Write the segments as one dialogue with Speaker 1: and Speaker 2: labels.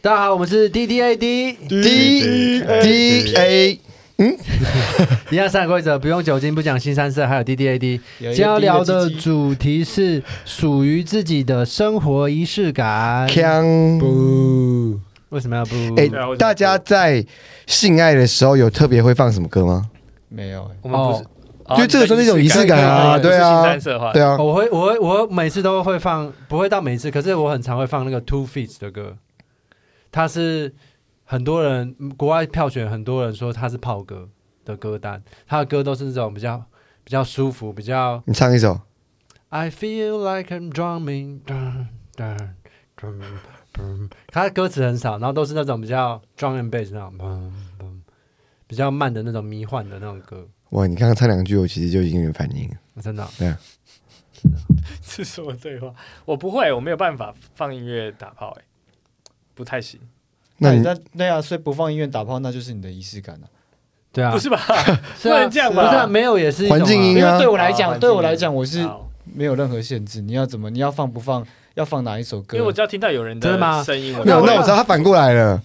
Speaker 1: 大家好，我们是 D D A D，
Speaker 2: D D A
Speaker 1: 一样三个规则，不用酒精，不讲新三色，还有 D D A D。
Speaker 2: 有
Speaker 1: 今
Speaker 2: 一个
Speaker 1: 天要聊的
Speaker 2: D 的鸡鸡
Speaker 1: 主题是属于自己的生活仪式感。
Speaker 2: Kang。
Speaker 1: 不，为什么要不？
Speaker 2: 哎
Speaker 3: 对啊为什么，
Speaker 2: 大家在性爱的时候有特别会放什么歌吗？
Speaker 4: 没有、欸，
Speaker 3: 我们不是，哦
Speaker 2: 就这个算是一种仪式感啊
Speaker 3: 你的
Speaker 2: 对啊
Speaker 3: 不是新三色化
Speaker 2: 对啊
Speaker 1: 哦，我会，我会，我每次都会放，不会到每次，可是我很常会放那个 Two Feet 的歌，它是很多人嗯国外票选，很多人说它是炮歌的歌单，它的歌都是那种比较比较舒服，比较
Speaker 2: 你唱一首。
Speaker 1: I feel like I'm drumming，噔噔噔噔它的歌词很少，然后都是那种比较 drum and bass 那种，砰砰比较慢的那种迷幻的那种歌，
Speaker 2: 哇，你刚刚唱两句，我其实就已经有反应了。
Speaker 1: 真的哦、
Speaker 3: 是什么对话？我不会，我没有办法放音乐打炮，哎，不太行，
Speaker 2: 那你
Speaker 4: 哎那那样、所以不放音乐打炮，那就是你的仪式感了、啊。
Speaker 1: 对啊，
Speaker 3: 不是吧？
Speaker 1: 是
Speaker 3: 不
Speaker 1: 啊，
Speaker 3: 能这样
Speaker 1: 不是啊
Speaker 3: 吧？
Speaker 1: 没有也是一种啊
Speaker 2: 环境音
Speaker 4: 因为
Speaker 2: 啊
Speaker 4: 对，我来
Speaker 3: 好
Speaker 4: 讲，
Speaker 3: 环
Speaker 4: 对
Speaker 3: 境
Speaker 4: 我来
Speaker 3: 音
Speaker 4: 讲，我是
Speaker 3: 好
Speaker 4: 没有任何限制。你要怎么，你要放不放，要放哪一首歌？
Speaker 3: 因为我只要听到有人
Speaker 1: 真的吗
Speaker 3: 声音，我
Speaker 2: 没有，
Speaker 3: 就
Speaker 2: 那
Speaker 3: 会
Speaker 2: 我知道他反过来了，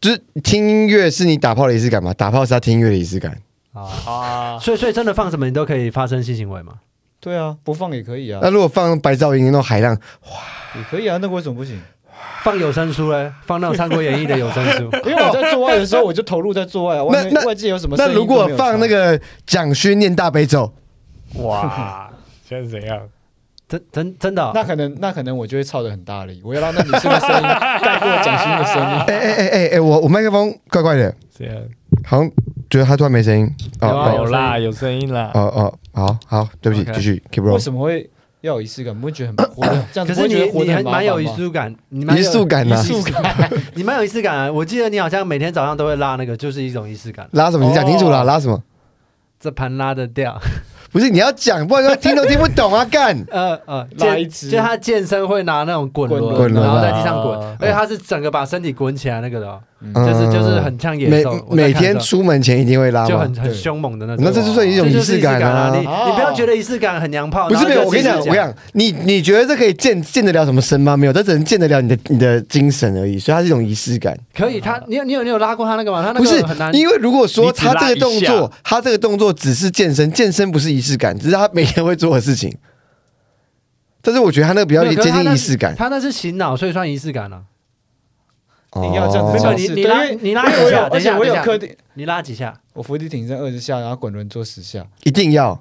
Speaker 2: 就是听音乐是你打炮的仪式感嘛？打炮是他听音乐的仪式感。
Speaker 1: 啊。
Speaker 3: 啊，
Speaker 1: 所以，所以真的放什么你都可以发生性行为吗？
Speaker 4: 对啊，不放也可以啊
Speaker 2: 那，如果放白噪音那种海浪，
Speaker 4: 也可以啊，那个为什么不行？
Speaker 1: 放有声书嘞，放那种《三国演义》的有声书。
Speaker 4: 因为我在做爱的时 候，我就投入在做爱啊，外面
Speaker 2: 那
Speaker 4: 外界有什么声
Speaker 2: 那
Speaker 4: 音
Speaker 2: 如
Speaker 4: 都
Speaker 2: 果
Speaker 4: 没有差
Speaker 2: 放那个蒋勋念大悲咒，
Speaker 3: 哇，现在是怎样？
Speaker 1: 真 真真的哦、
Speaker 4: 那可能那可能我就会操的很大力，我要让那女生的声音盖过蒋欣 的声音。
Speaker 2: 哎哎哎哎哎，我我麦克风怪怪的，
Speaker 3: 这样
Speaker 2: 好像觉得他突然没声音。哦
Speaker 1: 有啊
Speaker 2: 哦
Speaker 3: 有啦，有声音啦。
Speaker 2: 哦哦，好好，对不起，
Speaker 1: OK
Speaker 2: 继续 keep
Speaker 4: 为
Speaker 2: roll。
Speaker 4: 什么会要有仪式感？不会觉得很活 得这样
Speaker 1: 可是
Speaker 4: 子？不会
Speaker 1: 你
Speaker 4: 觉得活
Speaker 1: 你
Speaker 4: 得
Speaker 1: 很
Speaker 4: 很麻
Speaker 1: 蛮
Speaker 4: 烦
Speaker 1: 有仪
Speaker 4: 吗
Speaker 1: 式感，你蛮有
Speaker 2: 仪式，感啊呐、
Speaker 4: 仪 式感，
Speaker 1: 你蛮有仪式感、啊。我记得你好像每天早上都会拉那个，就是一种仪式感。
Speaker 2: 拉什么？你讲清楚啦，
Speaker 4: 哦
Speaker 2: 拉什么？
Speaker 1: 这盘拉得掉，
Speaker 2: 不是你要讲，不然说听都听不懂啊！干，
Speaker 1: 呃呃，
Speaker 4: 拉
Speaker 1: 健
Speaker 4: 一只
Speaker 1: 就他健身会拿那种滚轮，
Speaker 2: 滚轮
Speaker 1: 然后
Speaker 2: 啊
Speaker 1: 在地上滚，
Speaker 3: 啊
Speaker 1: 而且他是整个把身体滚起来那个的哦、
Speaker 2: 嗯
Speaker 1: 就是就是很像野
Speaker 2: 每
Speaker 1: 兽。我在
Speaker 2: 每
Speaker 1: 看的时
Speaker 2: 天
Speaker 1: 候
Speaker 2: 出门前一定会拉
Speaker 1: 就
Speaker 2: 吗
Speaker 1: 很？很
Speaker 4: 对哦
Speaker 1: 凶猛的那种。
Speaker 2: 那这就算一种
Speaker 1: 这
Speaker 2: 仪
Speaker 1: 就是
Speaker 2: 式
Speaker 1: 仪式感
Speaker 2: 感啊！
Speaker 1: 你你不要觉得仪式感很娘炮，
Speaker 2: 不
Speaker 1: 然
Speaker 2: 是
Speaker 1: 后
Speaker 2: 没有，
Speaker 1: 就
Speaker 2: 我跟你
Speaker 1: 自己
Speaker 2: 讲，我跟你讲，你你觉得这可以见见得了什么身吗？没有，这只能见得了你的你的精神而已，所以它是一种仪式感。
Speaker 1: 可以，
Speaker 4: 嗯
Speaker 1: 他你有你有你有拉过他那个吗？他那
Speaker 2: 不是
Speaker 1: 个很难，，
Speaker 2: 因为如果说
Speaker 3: 你只
Speaker 2: 他
Speaker 3: 拉
Speaker 2: 这个动
Speaker 3: 一下
Speaker 2: 作，他这个动作只是健身，健身不是仪式感，只是他每天会做的事情。但是我觉得他那个比较
Speaker 1: 没有可是
Speaker 2: 接
Speaker 1: 他那
Speaker 2: 近仪式感，
Speaker 1: 他那是醒脑，所以算仪式感了。
Speaker 4: 你要这样
Speaker 2: 哦
Speaker 1: 没
Speaker 4: 子
Speaker 1: 有
Speaker 4: 尝
Speaker 1: 你
Speaker 4: 试。
Speaker 1: 你
Speaker 4: 对
Speaker 1: 拉
Speaker 4: 因为
Speaker 1: 你拉
Speaker 4: 因为
Speaker 1: 几
Speaker 4: 我
Speaker 1: 下
Speaker 4: 有，
Speaker 1: 等
Speaker 4: 而
Speaker 1: 一下
Speaker 4: 且我有
Speaker 1: 等一下
Speaker 4: 客定，
Speaker 1: 你拉几下，
Speaker 4: 我伏地挺身二十下，然后滚轮做十下。
Speaker 2: 一定要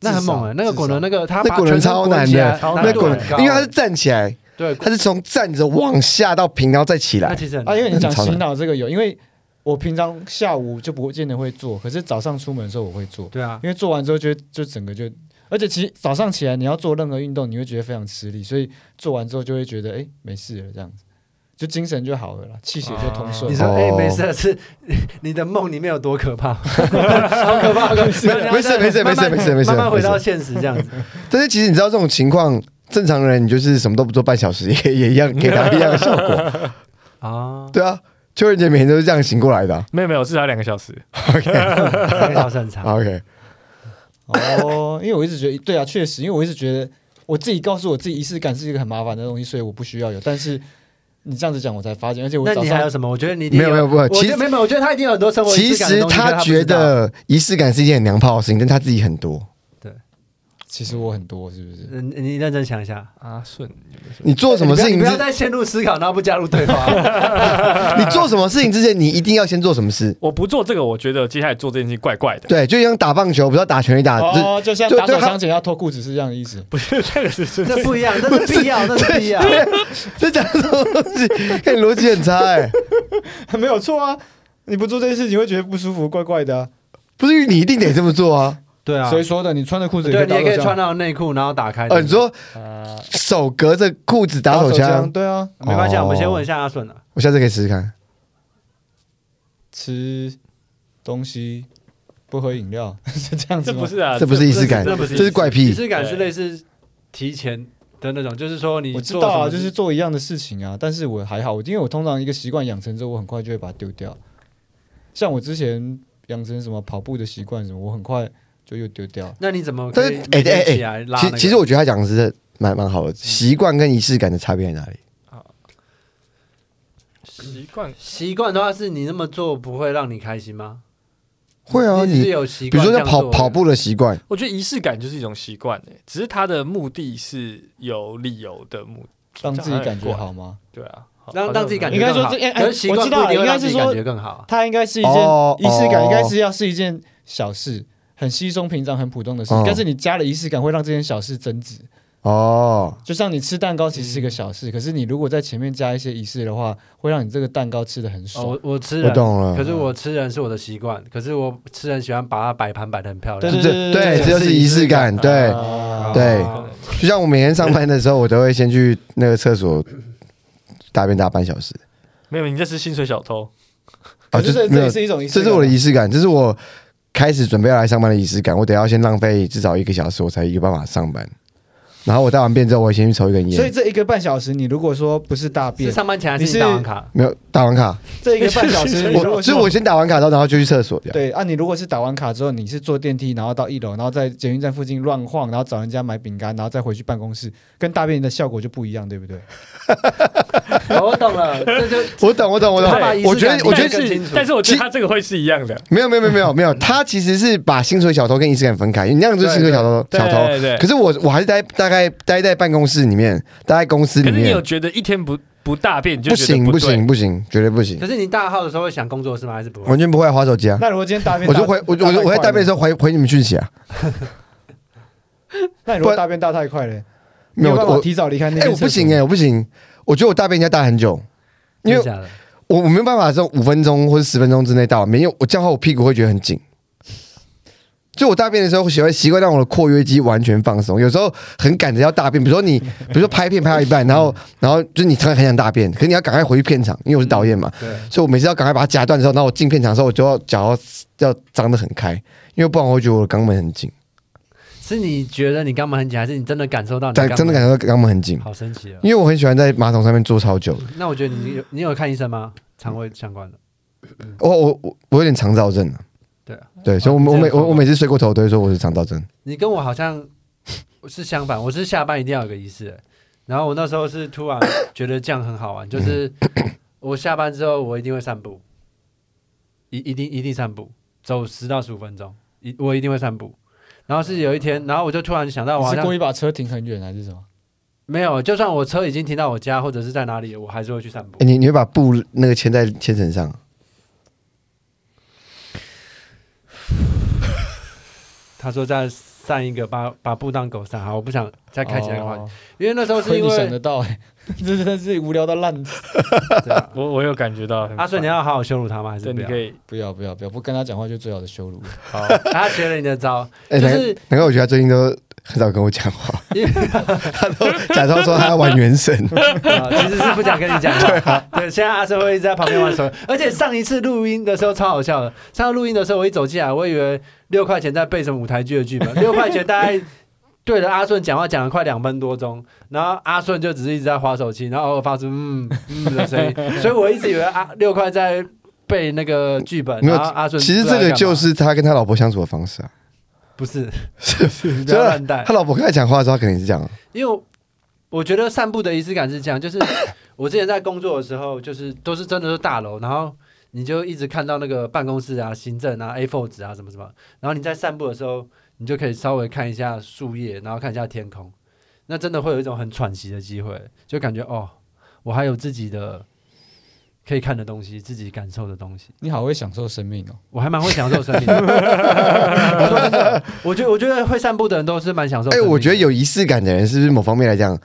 Speaker 1: 那很猛哎，
Speaker 4: 至
Speaker 1: 那
Speaker 4: 少
Speaker 1: 个滚轮那个他
Speaker 2: 那
Speaker 1: 把
Speaker 2: 滚
Speaker 1: 全
Speaker 2: 轮
Speaker 1: 身
Speaker 2: 超
Speaker 1: 滚
Speaker 2: 难
Speaker 1: 起来
Speaker 2: 的，
Speaker 3: 超
Speaker 1: 难
Speaker 2: 那
Speaker 1: 度
Speaker 2: 滚轮
Speaker 1: 很高，
Speaker 2: 因为他是站起来，
Speaker 1: 对，嗯
Speaker 2: 他是从站着往下到平，然后再起
Speaker 1: 那
Speaker 2: 来。
Speaker 1: 其实很
Speaker 4: 啊，因为你讲
Speaker 2: 超难
Speaker 4: 洗脑这个有，因为我平常下午就不见得会做，可是早上出门的时候我会做，
Speaker 1: 对啊，
Speaker 4: 因为做完之后就就整个就，而且其实早上起来你要做任何运动，你会觉得非常吃力，所以做完之后就会觉得哎、诶没事了这样子，就精神就好了啦，气血就通顺
Speaker 1: 你
Speaker 4: 了。
Speaker 1: 说
Speaker 2: 哦
Speaker 1: 哎没事是你的梦里面有多可 怕，好可怕，好可怕
Speaker 2: 没事没事没事没事没事
Speaker 1: 慢慢回到
Speaker 2: 没
Speaker 1: 现实这样子。
Speaker 2: 但是其实你知道这种情况，正常人你就是什么都不做半小时， 也也一样给他一样的效果。
Speaker 1: 啊，
Speaker 2: 对啊，邱仁杰每天都是这样醒过来的啊、
Speaker 3: 没有没有，至少两个小时。
Speaker 1: 那个小时很长。
Speaker 2: OK，
Speaker 4: 哦，因为我一直觉得对啊，确实，因为我一直觉得我自己告诉我自己仪式感是一个很麻烦的东西，所以我不需要有，但是。你这样子讲，我才发现，而且我
Speaker 1: 那
Speaker 4: 早
Speaker 1: 你还有
Speaker 4: 上
Speaker 1: 什么？我觉得你一定
Speaker 2: 没有没有不
Speaker 1: 我觉
Speaker 2: 其
Speaker 1: 得
Speaker 2: 实
Speaker 1: 没有没有，我觉得他一定有很多生活仪
Speaker 2: 其
Speaker 1: 式感的
Speaker 2: 实
Speaker 1: 东西可是
Speaker 2: 他
Speaker 1: 他
Speaker 2: 觉
Speaker 1: 不知道
Speaker 2: 得仪式感是一件很娘炮的事情，但他自己很多。
Speaker 4: 其实我很多，是不是？
Speaker 1: 嗯，你认真想一下，
Speaker 3: 阿顺有没有说
Speaker 2: 你做什么事
Speaker 1: 哎你
Speaker 2: 情
Speaker 1: 不
Speaker 2: 之，
Speaker 1: 要再陷入思考，然后不加入对 话。
Speaker 2: 你做什么事情之前，你一定要先做什么事。
Speaker 3: 我不做这个，我觉得接下来做这件事情怪怪的。
Speaker 2: 对，就像打棒球，不知道打
Speaker 1: 啊
Speaker 2: 拳击打，就
Speaker 4: 哦，就像
Speaker 2: 就
Speaker 4: 打
Speaker 2: 就
Speaker 4: 手
Speaker 2: 他
Speaker 4: 枪前要脱裤子是这样的意思。
Speaker 3: 不是这个是是
Speaker 1: 这不一样，这是必要，这是必要。
Speaker 2: 这讲什么东西，看你逻辑很差哎、
Speaker 4: 没有错啊，你不做这件事情会觉得不舒服，怪怪的啊、
Speaker 2: 不是你一定得这么做啊？
Speaker 1: 对啊，
Speaker 4: 谁说的？你穿着裤子
Speaker 1: 对，你
Speaker 4: 打
Speaker 1: 也
Speaker 4: 手
Speaker 1: 可以
Speaker 4: 枪
Speaker 1: 穿啊到内裤，然后打开。
Speaker 2: 哦，你说
Speaker 3: 啊，
Speaker 2: 手隔着裤子打
Speaker 4: 打
Speaker 2: 手
Speaker 4: 手
Speaker 2: 枪，
Speaker 4: 对啊，
Speaker 1: 没关系，啊，
Speaker 2: 哦
Speaker 1: 我们先问一下阿顺啊。
Speaker 2: 我下次可以试试看。
Speaker 4: 吃东西不喝饮料 是这样子
Speaker 3: 这
Speaker 4: 吗？
Speaker 3: 不是啊，
Speaker 2: 这不是仪式感，
Speaker 3: 这
Speaker 2: 这
Speaker 3: 不是
Speaker 2: 是怪
Speaker 1: 仪
Speaker 2: 癖。
Speaker 1: 式感是
Speaker 3: 对
Speaker 1: 类似提前的那种，就是说你
Speaker 4: 我知
Speaker 1: 做
Speaker 4: 道
Speaker 1: 什
Speaker 4: 啊，
Speaker 1: 么
Speaker 4: 就是做一样的事情啊，但是我还好，因为我通常一个习惯养成之后，我很快就会把它丢掉。像我之前养成什么跑步的习惯什么，我很快就又丢掉了。
Speaker 1: 那你怎么
Speaker 2: 但
Speaker 1: 可
Speaker 2: 是
Speaker 1: 以
Speaker 2: 哎哎
Speaker 1: 起来
Speaker 2: 哎，
Speaker 1: 拉那
Speaker 2: 其
Speaker 1: 个？
Speaker 2: 其实我觉得他讲的是蛮蛮好的，习惯跟仪式感的差别在哪里？
Speaker 3: 习惯
Speaker 1: 习惯的话，是你那么做不会让你开心吗？
Speaker 2: 会啊，
Speaker 1: 你只是
Speaker 2: 你
Speaker 1: 有习
Speaker 2: 比
Speaker 1: 惯，
Speaker 2: 如说像跑跑，步的习惯，
Speaker 3: 我觉得仪式感就是一种习惯诶，只是它的目的是有理由的目，
Speaker 4: 让自己感觉好吗？
Speaker 1: 哦
Speaker 3: 对啊，好
Speaker 1: 让让自己感觉
Speaker 4: 应该
Speaker 1: 更
Speaker 4: 说
Speaker 1: 好。
Speaker 4: 这哎哎
Speaker 1: 可是习惯
Speaker 4: 我
Speaker 1: 不
Speaker 4: 知道
Speaker 1: 一定会
Speaker 4: 应该
Speaker 1: 让
Speaker 4: 是
Speaker 1: 自己感
Speaker 4: 说
Speaker 1: 觉更好啊。
Speaker 4: 它应该是一件
Speaker 2: 哦
Speaker 4: 仪式感，
Speaker 2: 哦
Speaker 4: 应该是要是一件小事，很稀松平常、很普通的事
Speaker 2: 哦。
Speaker 4: 但是你加了仪式感，会让这件小事增值。
Speaker 2: 哦，
Speaker 4: 就像你吃蛋糕其实是一个小
Speaker 2: 嗯
Speaker 4: 事，可是你如果在前面加一些仪式的话，会让你这个蛋糕吃的很
Speaker 1: 哦，
Speaker 4: 爽。
Speaker 1: 我我吃
Speaker 2: 我
Speaker 1: 人，
Speaker 2: 懂了
Speaker 1: 可。是我吃人是我的习惯，可是我吃人喜欢把它摆盘摆的很漂
Speaker 4: 对
Speaker 1: 亮。
Speaker 4: 对
Speaker 2: 对
Speaker 4: 对
Speaker 2: 这就是仪式感。对，
Speaker 4: 啊
Speaker 2: 对
Speaker 3: 可能
Speaker 2: 就像我每天上班的时候，我都会先去那个厕所大便大半小时
Speaker 3: 没有，你这是薪水小偷。
Speaker 2: 啊，
Speaker 4: 可
Speaker 2: 就是
Speaker 4: 这
Speaker 2: 没
Speaker 4: 这
Speaker 2: 有
Speaker 4: 也，是一种仪式
Speaker 2: 这
Speaker 4: 感，
Speaker 2: 是我的仪式感，这是我开始准备要来上班的仪式感。我得要先浪费至少一个小时，我才有办法上班。然后我带完便之后，我会先去抽一根
Speaker 4: 所以
Speaker 2: 烟，
Speaker 4: 这一个半小时，你如果说不是大
Speaker 1: 是
Speaker 4: 便，
Speaker 1: 上班前还
Speaker 4: 你
Speaker 1: 是
Speaker 4: 是
Speaker 1: 你打完 卡？
Speaker 2: 没有打完卡，
Speaker 4: 这一个半小时，你如
Speaker 2: 我
Speaker 4: 果
Speaker 2: 就是是我先打完卡，然后然后就去厕所这样。
Speaker 4: 对啊，你如果是打完卡之后，你是坐电梯，然后到一楼，然后在捷运站附近乱晃，然后找人家买饼干，然后再回去办公室，跟大便的效果就不一样，对不对？
Speaker 1: 哦我懂了，这就
Speaker 2: 我懂，我懂，我懂
Speaker 1: 他把仪。式
Speaker 2: 我觉
Speaker 1: 感
Speaker 2: 得，我觉
Speaker 1: 带
Speaker 2: 得
Speaker 1: 进更
Speaker 3: 但是
Speaker 1: 清，楚
Speaker 3: 但是我觉得他这个会是一样的。
Speaker 2: 没有没有没有没有没有，他其实是把薪水小偷跟仪式感分开，你那样就是薪水小偷
Speaker 3: 对
Speaker 2: 小偷。
Speaker 3: 对对
Speaker 2: 可是我我还是待大概待在办公室里面，待在公司
Speaker 3: 可
Speaker 2: 里
Speaker 3: 是你有
Speaker 2: 面，
Speaker 3: 觉得一天不不大便你就
Speaker 2: 不
Speaker 3: 觉得
Speaker 2: 行不
Speaker 3: 对
Speaker 2: 行？不行，绝对不行
Speaker 1: 可，是你大号的时候会想工作是吗？还是不会？
Speaker 2: 完全不会划手机啊！
Speaker 4: 那如果今天大便
Speaker 2: 我
Speaker 4: 大，
Speaker 2: 就回我我我在大便的时
Speaker 4: 候，
Speaker 2: 候回回你们讯息啊，
Speaker 4: 那你如果大便大太快嘞，
Speaker 2: 没有
Speaker 4: 你办法
Speaker 2: 我
Speaker 4: 提早离开那
Speaker 2: 哎
Speaker 4: 间
Speaker 2: 我
Speaker 4: 厕所
Speaker 2: 不行哎我不行，我觉得我大便应该大很久，因
Speaker 1: 真
Speaker 2: 为
Speaker 1: 的假的
Speaker 2: 我我没有办法说五分钟或者十分钟之内到，没有我这样的话我屁股会觉得很紧。就我大便的时候，我喜欢习惯让我的括约肌完全放松。有时候很赶着要大便，比如说你，比如说拍片拍到一半，然 后然后就是你突然很想大便，可是你要赶快回去片场，因为我是导演嘛，
Speaker 1: 对，
Speaker 2: 所以我每次要赶快把它夹断的时候，然后我进片场的时候，我就要脚要要张得很开，因为不然我会觉得我的肛门很紧，
Speaker 1: 是你觉得你肛门很紧，还是你真的感受到你
Speaker 2: 但真的感
Speaker 1: 觉
Speaker 2: 觉到肛门很紧，
Speaker 1: 好神奇啊？
Speaker 2: 因为我很喜欢在马桶上面坐超久。
Speaker 1: 那我觉得你有你有看医生吗？肠胃相关的，
Speaker 2: 我我我我有点肠燥症啊，
Speaker 1: 对啊，
Speaker 2: 对，所以我
Speaker 1: 哦
Speaker 2: 我
Speaker 1: 你这
Speaker 2: 每
Speaker 1: 样说
Speaker 2: 我
Speaker 1: 吧
Speaker 2: 我每次睡过头都会说我是肠燥症。
Speaker 1: 你跟我好像是相反，我是下班一定要有个仪式、欸然后我那时候是突然觉得这样很 好玩，就是我下班之后我一定会散步，一一定一定散步，走十到十五分钟，一我一定会散步。然后是有一天，然后我就突然想到，我
Speaker 4: 哦
Speaker 1: 好
Speaker 4: 你是故
Speaker 1: 像
Speaker 4: 意把车停很远还是什么？
Speaker 1: 没有，就算我车已经停到我家或者是在哪里，我还是会去 散步
Speaker 2: 欸、。你你会把布那个牵在牵绳上？
Speaker 1: 他说再散一个，把把布当狗散。好，我不想再
Speaker 4: 再
Speaker 1: 开启那个话题，
Speaker 3: 哦
Speaker 4: 题，
Speaker 1: 因为那时候
Speaker 4: 哦亏
Speaker 1: 是因
Speaker 4: 你想
Speaker 1: 为
Speaker 4: 得到哎， 这真的是无聊到烂死。
Speaker 1: 对啊
Speaker 3: 我我有感觉到很烦。
Speaker 1: 阿顺，你要好好羞辱他吗？还是
Speaker 3: 对，
Speaker 1: 不
Speaker 3: 你
Speaker 1: 要
Speaker 3: 可？以
Speaker 4: 不要不要不要，不跟他讲话就最好的羞辱了。
Speaker 3: 好。
Speaker 1: 他学了你的招，
Speaker 2: 哎、
Speaker 1: 就
Speaker 2: 难
Speaker 1: 是
Speaker 2: 难怪我觉得他最近都很少跟我讲话，
Speaker 1: 因为
Speaker 2: 他都假装说他要玩 原神。
Speaker 1: 啊，其实是不想跟你 讲话。对
Speaker 2: 啊
Speaker 1: 现在阿生会一直在旁边玩手游，而且上一次录音的时候超好笑的。上次录音的时候，我一走进来，我以为六块钱在背什么舞台剧的剧 本，六块钱大概。对着阿顺讲话讲了快两分多钟，然后阿顺就只是一直在划手机，然后偶尔发出嗯嗯的声音， 所以我一直以为阿六块在背那个剧本，
Speaker 2: 没有
Speaker 1: 然后阿顺
Speaker 2: 其
Speaker 1: 不
Speaker 2: 实
Speaker 1: 知
Speaker 2: 这
Speaker 1: 道在
Speaker 2: 个
Speaker 1: 干嘛
Speaker 2: 就是他跟他老婆相处的方式啊。
Speaker 1: 不 是，
Speaker 2: 是
Speaker 1: 你不要乱带
Speaker 2: 他。老婆跟他讲话的时候，他肯定是这样啊。
Speaker 1: 因为我我觉得散步的仪式感是这样，就是 我之前在工作的时候，就是都是真的是大楼，然后你就一直看到那个办公室啊、行政啊、A4 纸啊什么什么，然后你在散步的时候，你就可以稍微看一下树叶，然后看一下天空，那真的会有一种很喘息的机会，就感觉哦，我还有自己的可以看的东西，自己感受的东西。
Speaker 4: 你好会享受生命哦，
Speaker 1: 我还蛮会享受生命的。 我说真的，我觉得我觉得会散步的人都是蛮享受
Speaker 2: 哎、
Speaker 1: 生命的。
Speaker 2: 我觉得有仪式感的人，是不是某方面来讲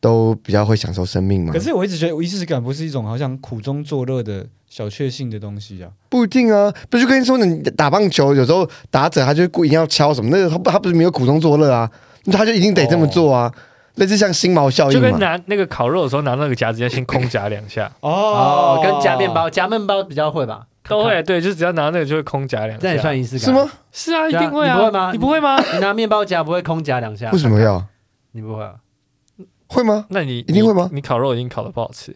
Speaker 2: 都比较会享受生命嘛
Speaker 4: 可？是我一直觉得仪式感不是一种好像苦中作乐的小确幸的东西啊。
Speaker 2: 不一定啊，不是就跟你说，你打棒球有时候打者他就故意要敲什么，那个他不他不是没有苦中作乐啊，那他就一定得这么做啊，类似像心毛效
Speaker 3: 就
Speaker 2: 应
Speaker 3: 跟
Speaker 2: 嘛。
Speaker 3: 拿那个烤肉的时候拿那个夹子要先空夹两下，
Speaker 1: 哦，跟夹面包、夹面包比较会吧，
Speaker 3: 都 会啊对，就只要拿那个就会空夹两下。
Speaker 1: 那也算仪式感
Speaker 2: 是吗？？
Speaker 3: 是啊，一
Speaker 1: 对啊
Speaker 3: 定会
Speaker 1: 你
Speaker 3: 啊。
Speaker 1: 不会吗
Speaker 3: 你不会吗？
Speaker 1: 你拿面包夹不会空夹两下
Speaker 2: 为，什么要？
Speaker 1: 你不会、啊？
Speaker 2: 会吗？
Speaker 3: 那你
Speaker 2: 一定会吗
Speaker 3: 你你烤肉已经烤的不好吃，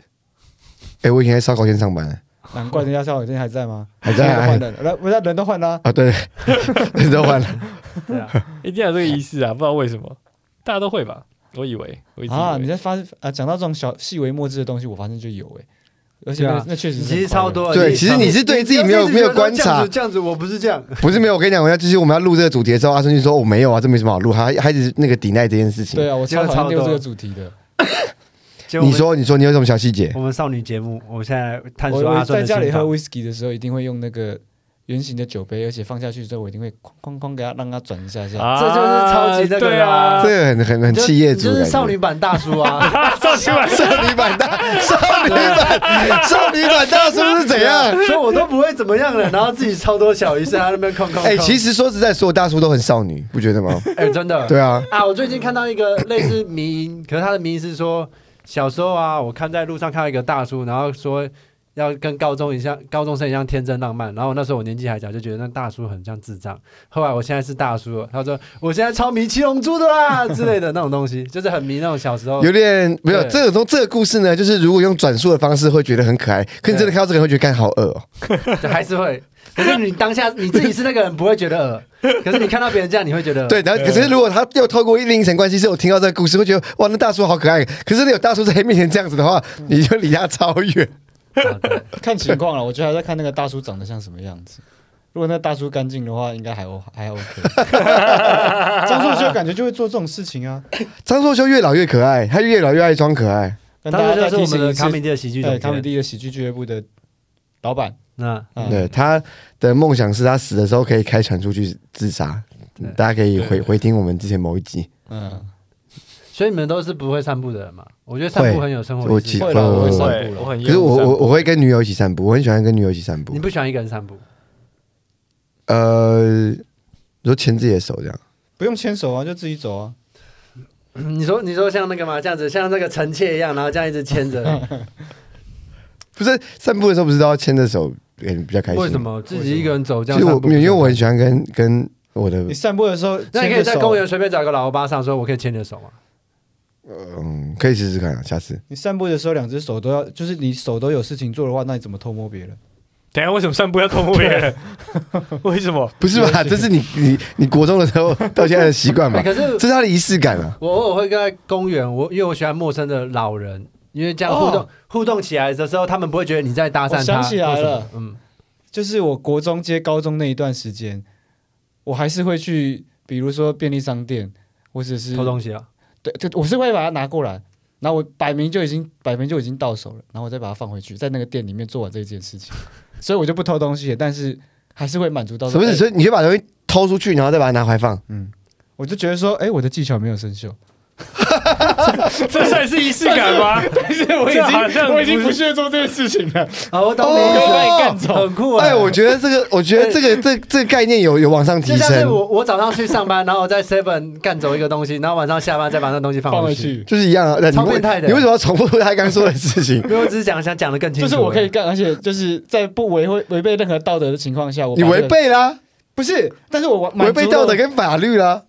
Speaker 2: 哎、我以前在烧烤店上班，
Speaker 4: 难怪人家烧烤 店还在吗？
Speaker 2: 还在
Speaker 4: 人都
Speaker 2: 啊
Speaker 4: 换人了，人不是人都换 啦。
Speaker 2: 啊，对， 人都换了。
Speaker 1: 对啊，
Speaker 3: 一定要有这个仪式啊，不知道为什么，大家都
Speaker 4: 啊
Speaker 3: 会吧？我以为，我一直以为
Speaker 4: 啊，你在发啊，讲到这种小细微末致的东西，我发现就有哎、而且
Speaker 1: 对
Speaker 4: 那
Speaker 1: 啊
Speaker 4: 那确实是
Speaker 1: 其实
Speaker 4: 很快乐
Speaker 1: 超多人
Speaker 2: 对，
Speaker 1: 你
Speaker 2: 其实你是对自己没
Speaker 1: 你
Speaker 2: 有没
Speaker 1: 不要一直觉
Speaker 2: 有
Speaker 1: 得
Speaker 2: 观察
Speaker 1: 这样子，这样子，我不是这 样。
Speaker 2: 不是没有。我跟你讲，我要就是我们要录这个主题的时候，阿生就说我没有啊，这没什么好录，还还一直那个抵赖这件事情。
Speaker 4: 对啊，我超
Speaker 1: 这个超
Speaker 4: 讨厌丢这
Speaker 1: 多
Speaker 4: 个主题的。
Speaker 1: 结果我
Speaker 2: 你
Speaker 1: 们
Speaker 2: 说你说你有什么小细节？
Speaker 1: 我们少女节目，我们现在来探
Speaker 4: 我
Speaker 1: 索阿
Speaker 4: 我
Speaker 1: 顺
Speaker 4: 在
Speaker 1: 的
Speaker 4: 家里
Speaker 1: 心
Speaker 4: 喝
Speaker 1: 房。
Speaker 4: whisky 的时候，一定会用那个圆形的酒杯，而且放下去之后，我一定会哐哐哐给它让它转一下下。
Speaker 1: 这就是超级那个
Speaker 3: 啊对
Speaker 1: 啦
Speaker 3: 啊
Speaker 2: 这，个很很很
Speaker 1: 你就
Speaker 2: 企业主
Speaker 1: 你
Speaker 2: 的
Speaker 1: 就
Speaker 2: 感
Speaker 1: 是
Speaker 2: 觉，
Speaker 1: 少女版大叔啊！
Speaker 3: 上去晚
Speaker 2: 少女版大少女版少女版大叔是怎 样？
Speaker 1: 所以我都不会怎么样了，然后自己超多小仪式，还在那边空空。
Speaker 2: 哎、其
Speaker 1: 实
Speaker 2: 实说实在，所有大叔都很少女，不觉得吗？
Speaker 1: 哎，真的
Speaker 2: 对啊，
Speaker 1: 啊！我最近看到一个类似迷因，可是他的迷因是说，小时候啊，我看在路上看到一个大叔，然后说要跟高中一样，高中生一样天真浪漫。然后那时候我年纪还小，就觉得那大叔很像智障。后来我现在是大叔了，他说我现在超迷七龙珠的啦之类的那种东西，就是很迷那种小时候
Speaker 2: 有点没有
Speaker 1: 哦对
Speaker 2: 这个东这个故事呢，就是如果用转述的方式会觉得很可爱，可你真的看到这个人会觉得干好恶哦、
Speaker 1: 对还是会。可是你当下你自己是那个人，不会觉得恶。可是你看到别人这样，你会觉得恶
Speaker 2: 对，然后可是如果他又透过另一层关系，是我听到这个故事会觉得哇，那大叔好可爱。可是有大叔在你面前这样子的话，你就离他超远。
Speaker 1: 啊对
Speaker 4: 看情况了，我觉得还在看那个大叔长得像什么样子。如果那大叔干净的话，应该还 O 还 OK。张硕就感觉就会做这种事情啊，
Speaker 2: 张硕修越老越可爱，他越老越爱装可爱。
Speaker 4: 跟大
Speaker 1: 当
Speaker 4: 家
Speaker 1: 时
Speaker 4: 再
Speaker 1: 就是
Speaker 4: 提
Speaker 1: 我们
Speaker 4: 醒
Speaker 1: 的
Speaker 4: 一
Speaker 1: 卡米
Speaker 4: 次，
Speaker 1: 蒂的喜剧
Speaker 4: 对，
Speaker 1: 总
Speaker 4: 他们
Speaker 1: 监。
Speaker 4: 第一个喜剧俱乐部的老板
Speaker 1: 那
Speaker 4: 啊，
Speaker 2: 对，他的梦想是他死的时候可以开船出去自杀
Speaker 1: 对。
Speaker 2: 大家可以
Speaker 3: 对
Speaker 2: 回回听我们之前某一集，
Speaker 4: 嗯，
Speaker 1: 所以你们都是不会散步的人嘛？我觉得散步
Speaker 2: 会
Speaker 1: 很有生活
Speaker 2: 我
Speaker 1: 仪式
Speaker 2: 记呃
Speaker 1: 感。
Speaker 4: 会啦我会散
Speaker 3: 对
Speaker 4: 步
Speaker 3: 我
Speaker 4: 了。
Speaker 3: 很
Speaker 2: 可是我我我会跟女友一起散步，我很喜欢跟女友一起散步
Speaker 1: 你。不喜欢一个人散步？
Speaker 2: 呃，你说牵自己的手这样，
Speaker 4: 不用牵手啊，就自己走啊。
Speaker 1: 你说你说像那个嘛，这样子像那个臣妾一样，然后这样一直牵 着，
Speaker 2: 不是散步的时候不是都要牵着手，欸比较开心？
Speaker 1: 为什？么自己一个人走这样
Speaker 2: 其实
Speaker 1: 散
Speaker 2: 我
Speaker 1: 步？
Speaker 2: 没有因为我很喜欢跟跟我的
Speaker 4: 你散步的时候，
Speaker 2: 啊
Speaker 1: 那你可
Speaker 4: 牵
Speaker 1: 以
Speaker 4: 着
Speaker 1: 在
Speaker 4: 手啊
Speaker 1: 公园。随便找一个老欧巴上说，我可以牵你的手吗？啊
Speaker 2: 嗯，可以试试看啊，下次
Speaker 4: 你散步的时候，两只手都要，就是你手都有事情做的话，那你怎么偷摸别人？
Speaker 3: 等一下为什么散步要偷摸别人？为什么？
Speaker 2: 不是吧？这是你你你国中的时候到现在的习惯 吧
Speaker 1: 哎？可是
Speaker 2: 这是他的仪式感啊。
Speaker 1: 我偶尔会跟在公园，我因为我喜欢陌生的老人，因为这样互动、
Speaker 4: 哦
Speaker 1: 互动起来的时候，他们不会觉得你在搭讪他。
Speaker 4: 我想起来了
Speaker 1: 为什么，嗯，
Speaker 4: 就是我国中接高中那一段时间，我还是会去，比如说便利商店，或者是
Speaker 1: 偷东西啊，
Speaker 4: 对对，我是会把它拿过来，然后我摆明就已经摆明就已经到手了，然后我再把它放回去，在那个店里面做完这件事情， 所以我就不偷东西了，但是还是会满足到
Speaker 2: 什么意思？
Speaker 4: 哎
Speaker 2: 所以你就把东西偷出去，然后再把它拿回来放。
Speaker 4: 我就觉得说，哎，我的技巧没有生锈，
Speaker 3: 这算是仪式感吗？但是我
Speaker 4: 我
Speaker 3: 好像不是
Speaker 4: 屑做这件事情了，
Speaker 1: 啊，我懂你意
Speaker 2: 哦
Speaker 1: 思，
Speaker 2: 被
Speaker 4: 干走
Speaker 1: 很酷啊！哎
Speaker 2: 哎，我觉得这个，我觉得这个这这个概念有有往上
Speaker 1: 就
Speaker 2: 提
Speaker 1: 像是
Speaker 2: 升，
Speaker 1: 我我早上去上班，然后我在 Seven 干走一个东西，然后晚上下班再把那东西放
Speaker 4: 放回
Speaker 1: 回去。
Speaker 4: 去，
Speaker 2: 就是一样啊。那你
Speaker 1: 超
Speaker 2: 为
Speaker 1: 变态的
Speaker 2: 你为什么要重复他刚刚说的
Speaker 1: ？
Speaker 2: 事情
Speaker 1: 因为我只是讲想讲的更清
Speaker 4: 就
Speaker 1: 楚，
Speaker 4: 是我可
Speaker 2: 哎
Speaker 4: 以干，而且就是在不违违违背任何道德的情况下，我
Speaker 2: 你
Speaker 4: 把这
Speaker 2: 违
Speaker 4: 个
Speaker 2: 背啦，
Speaker 4: 不是，但是我满
Speaker 2: 违
Speaker 4: 足
Speaker 2: 背
Speaker 4: 了
Speaker 2: 道德跟法律啦。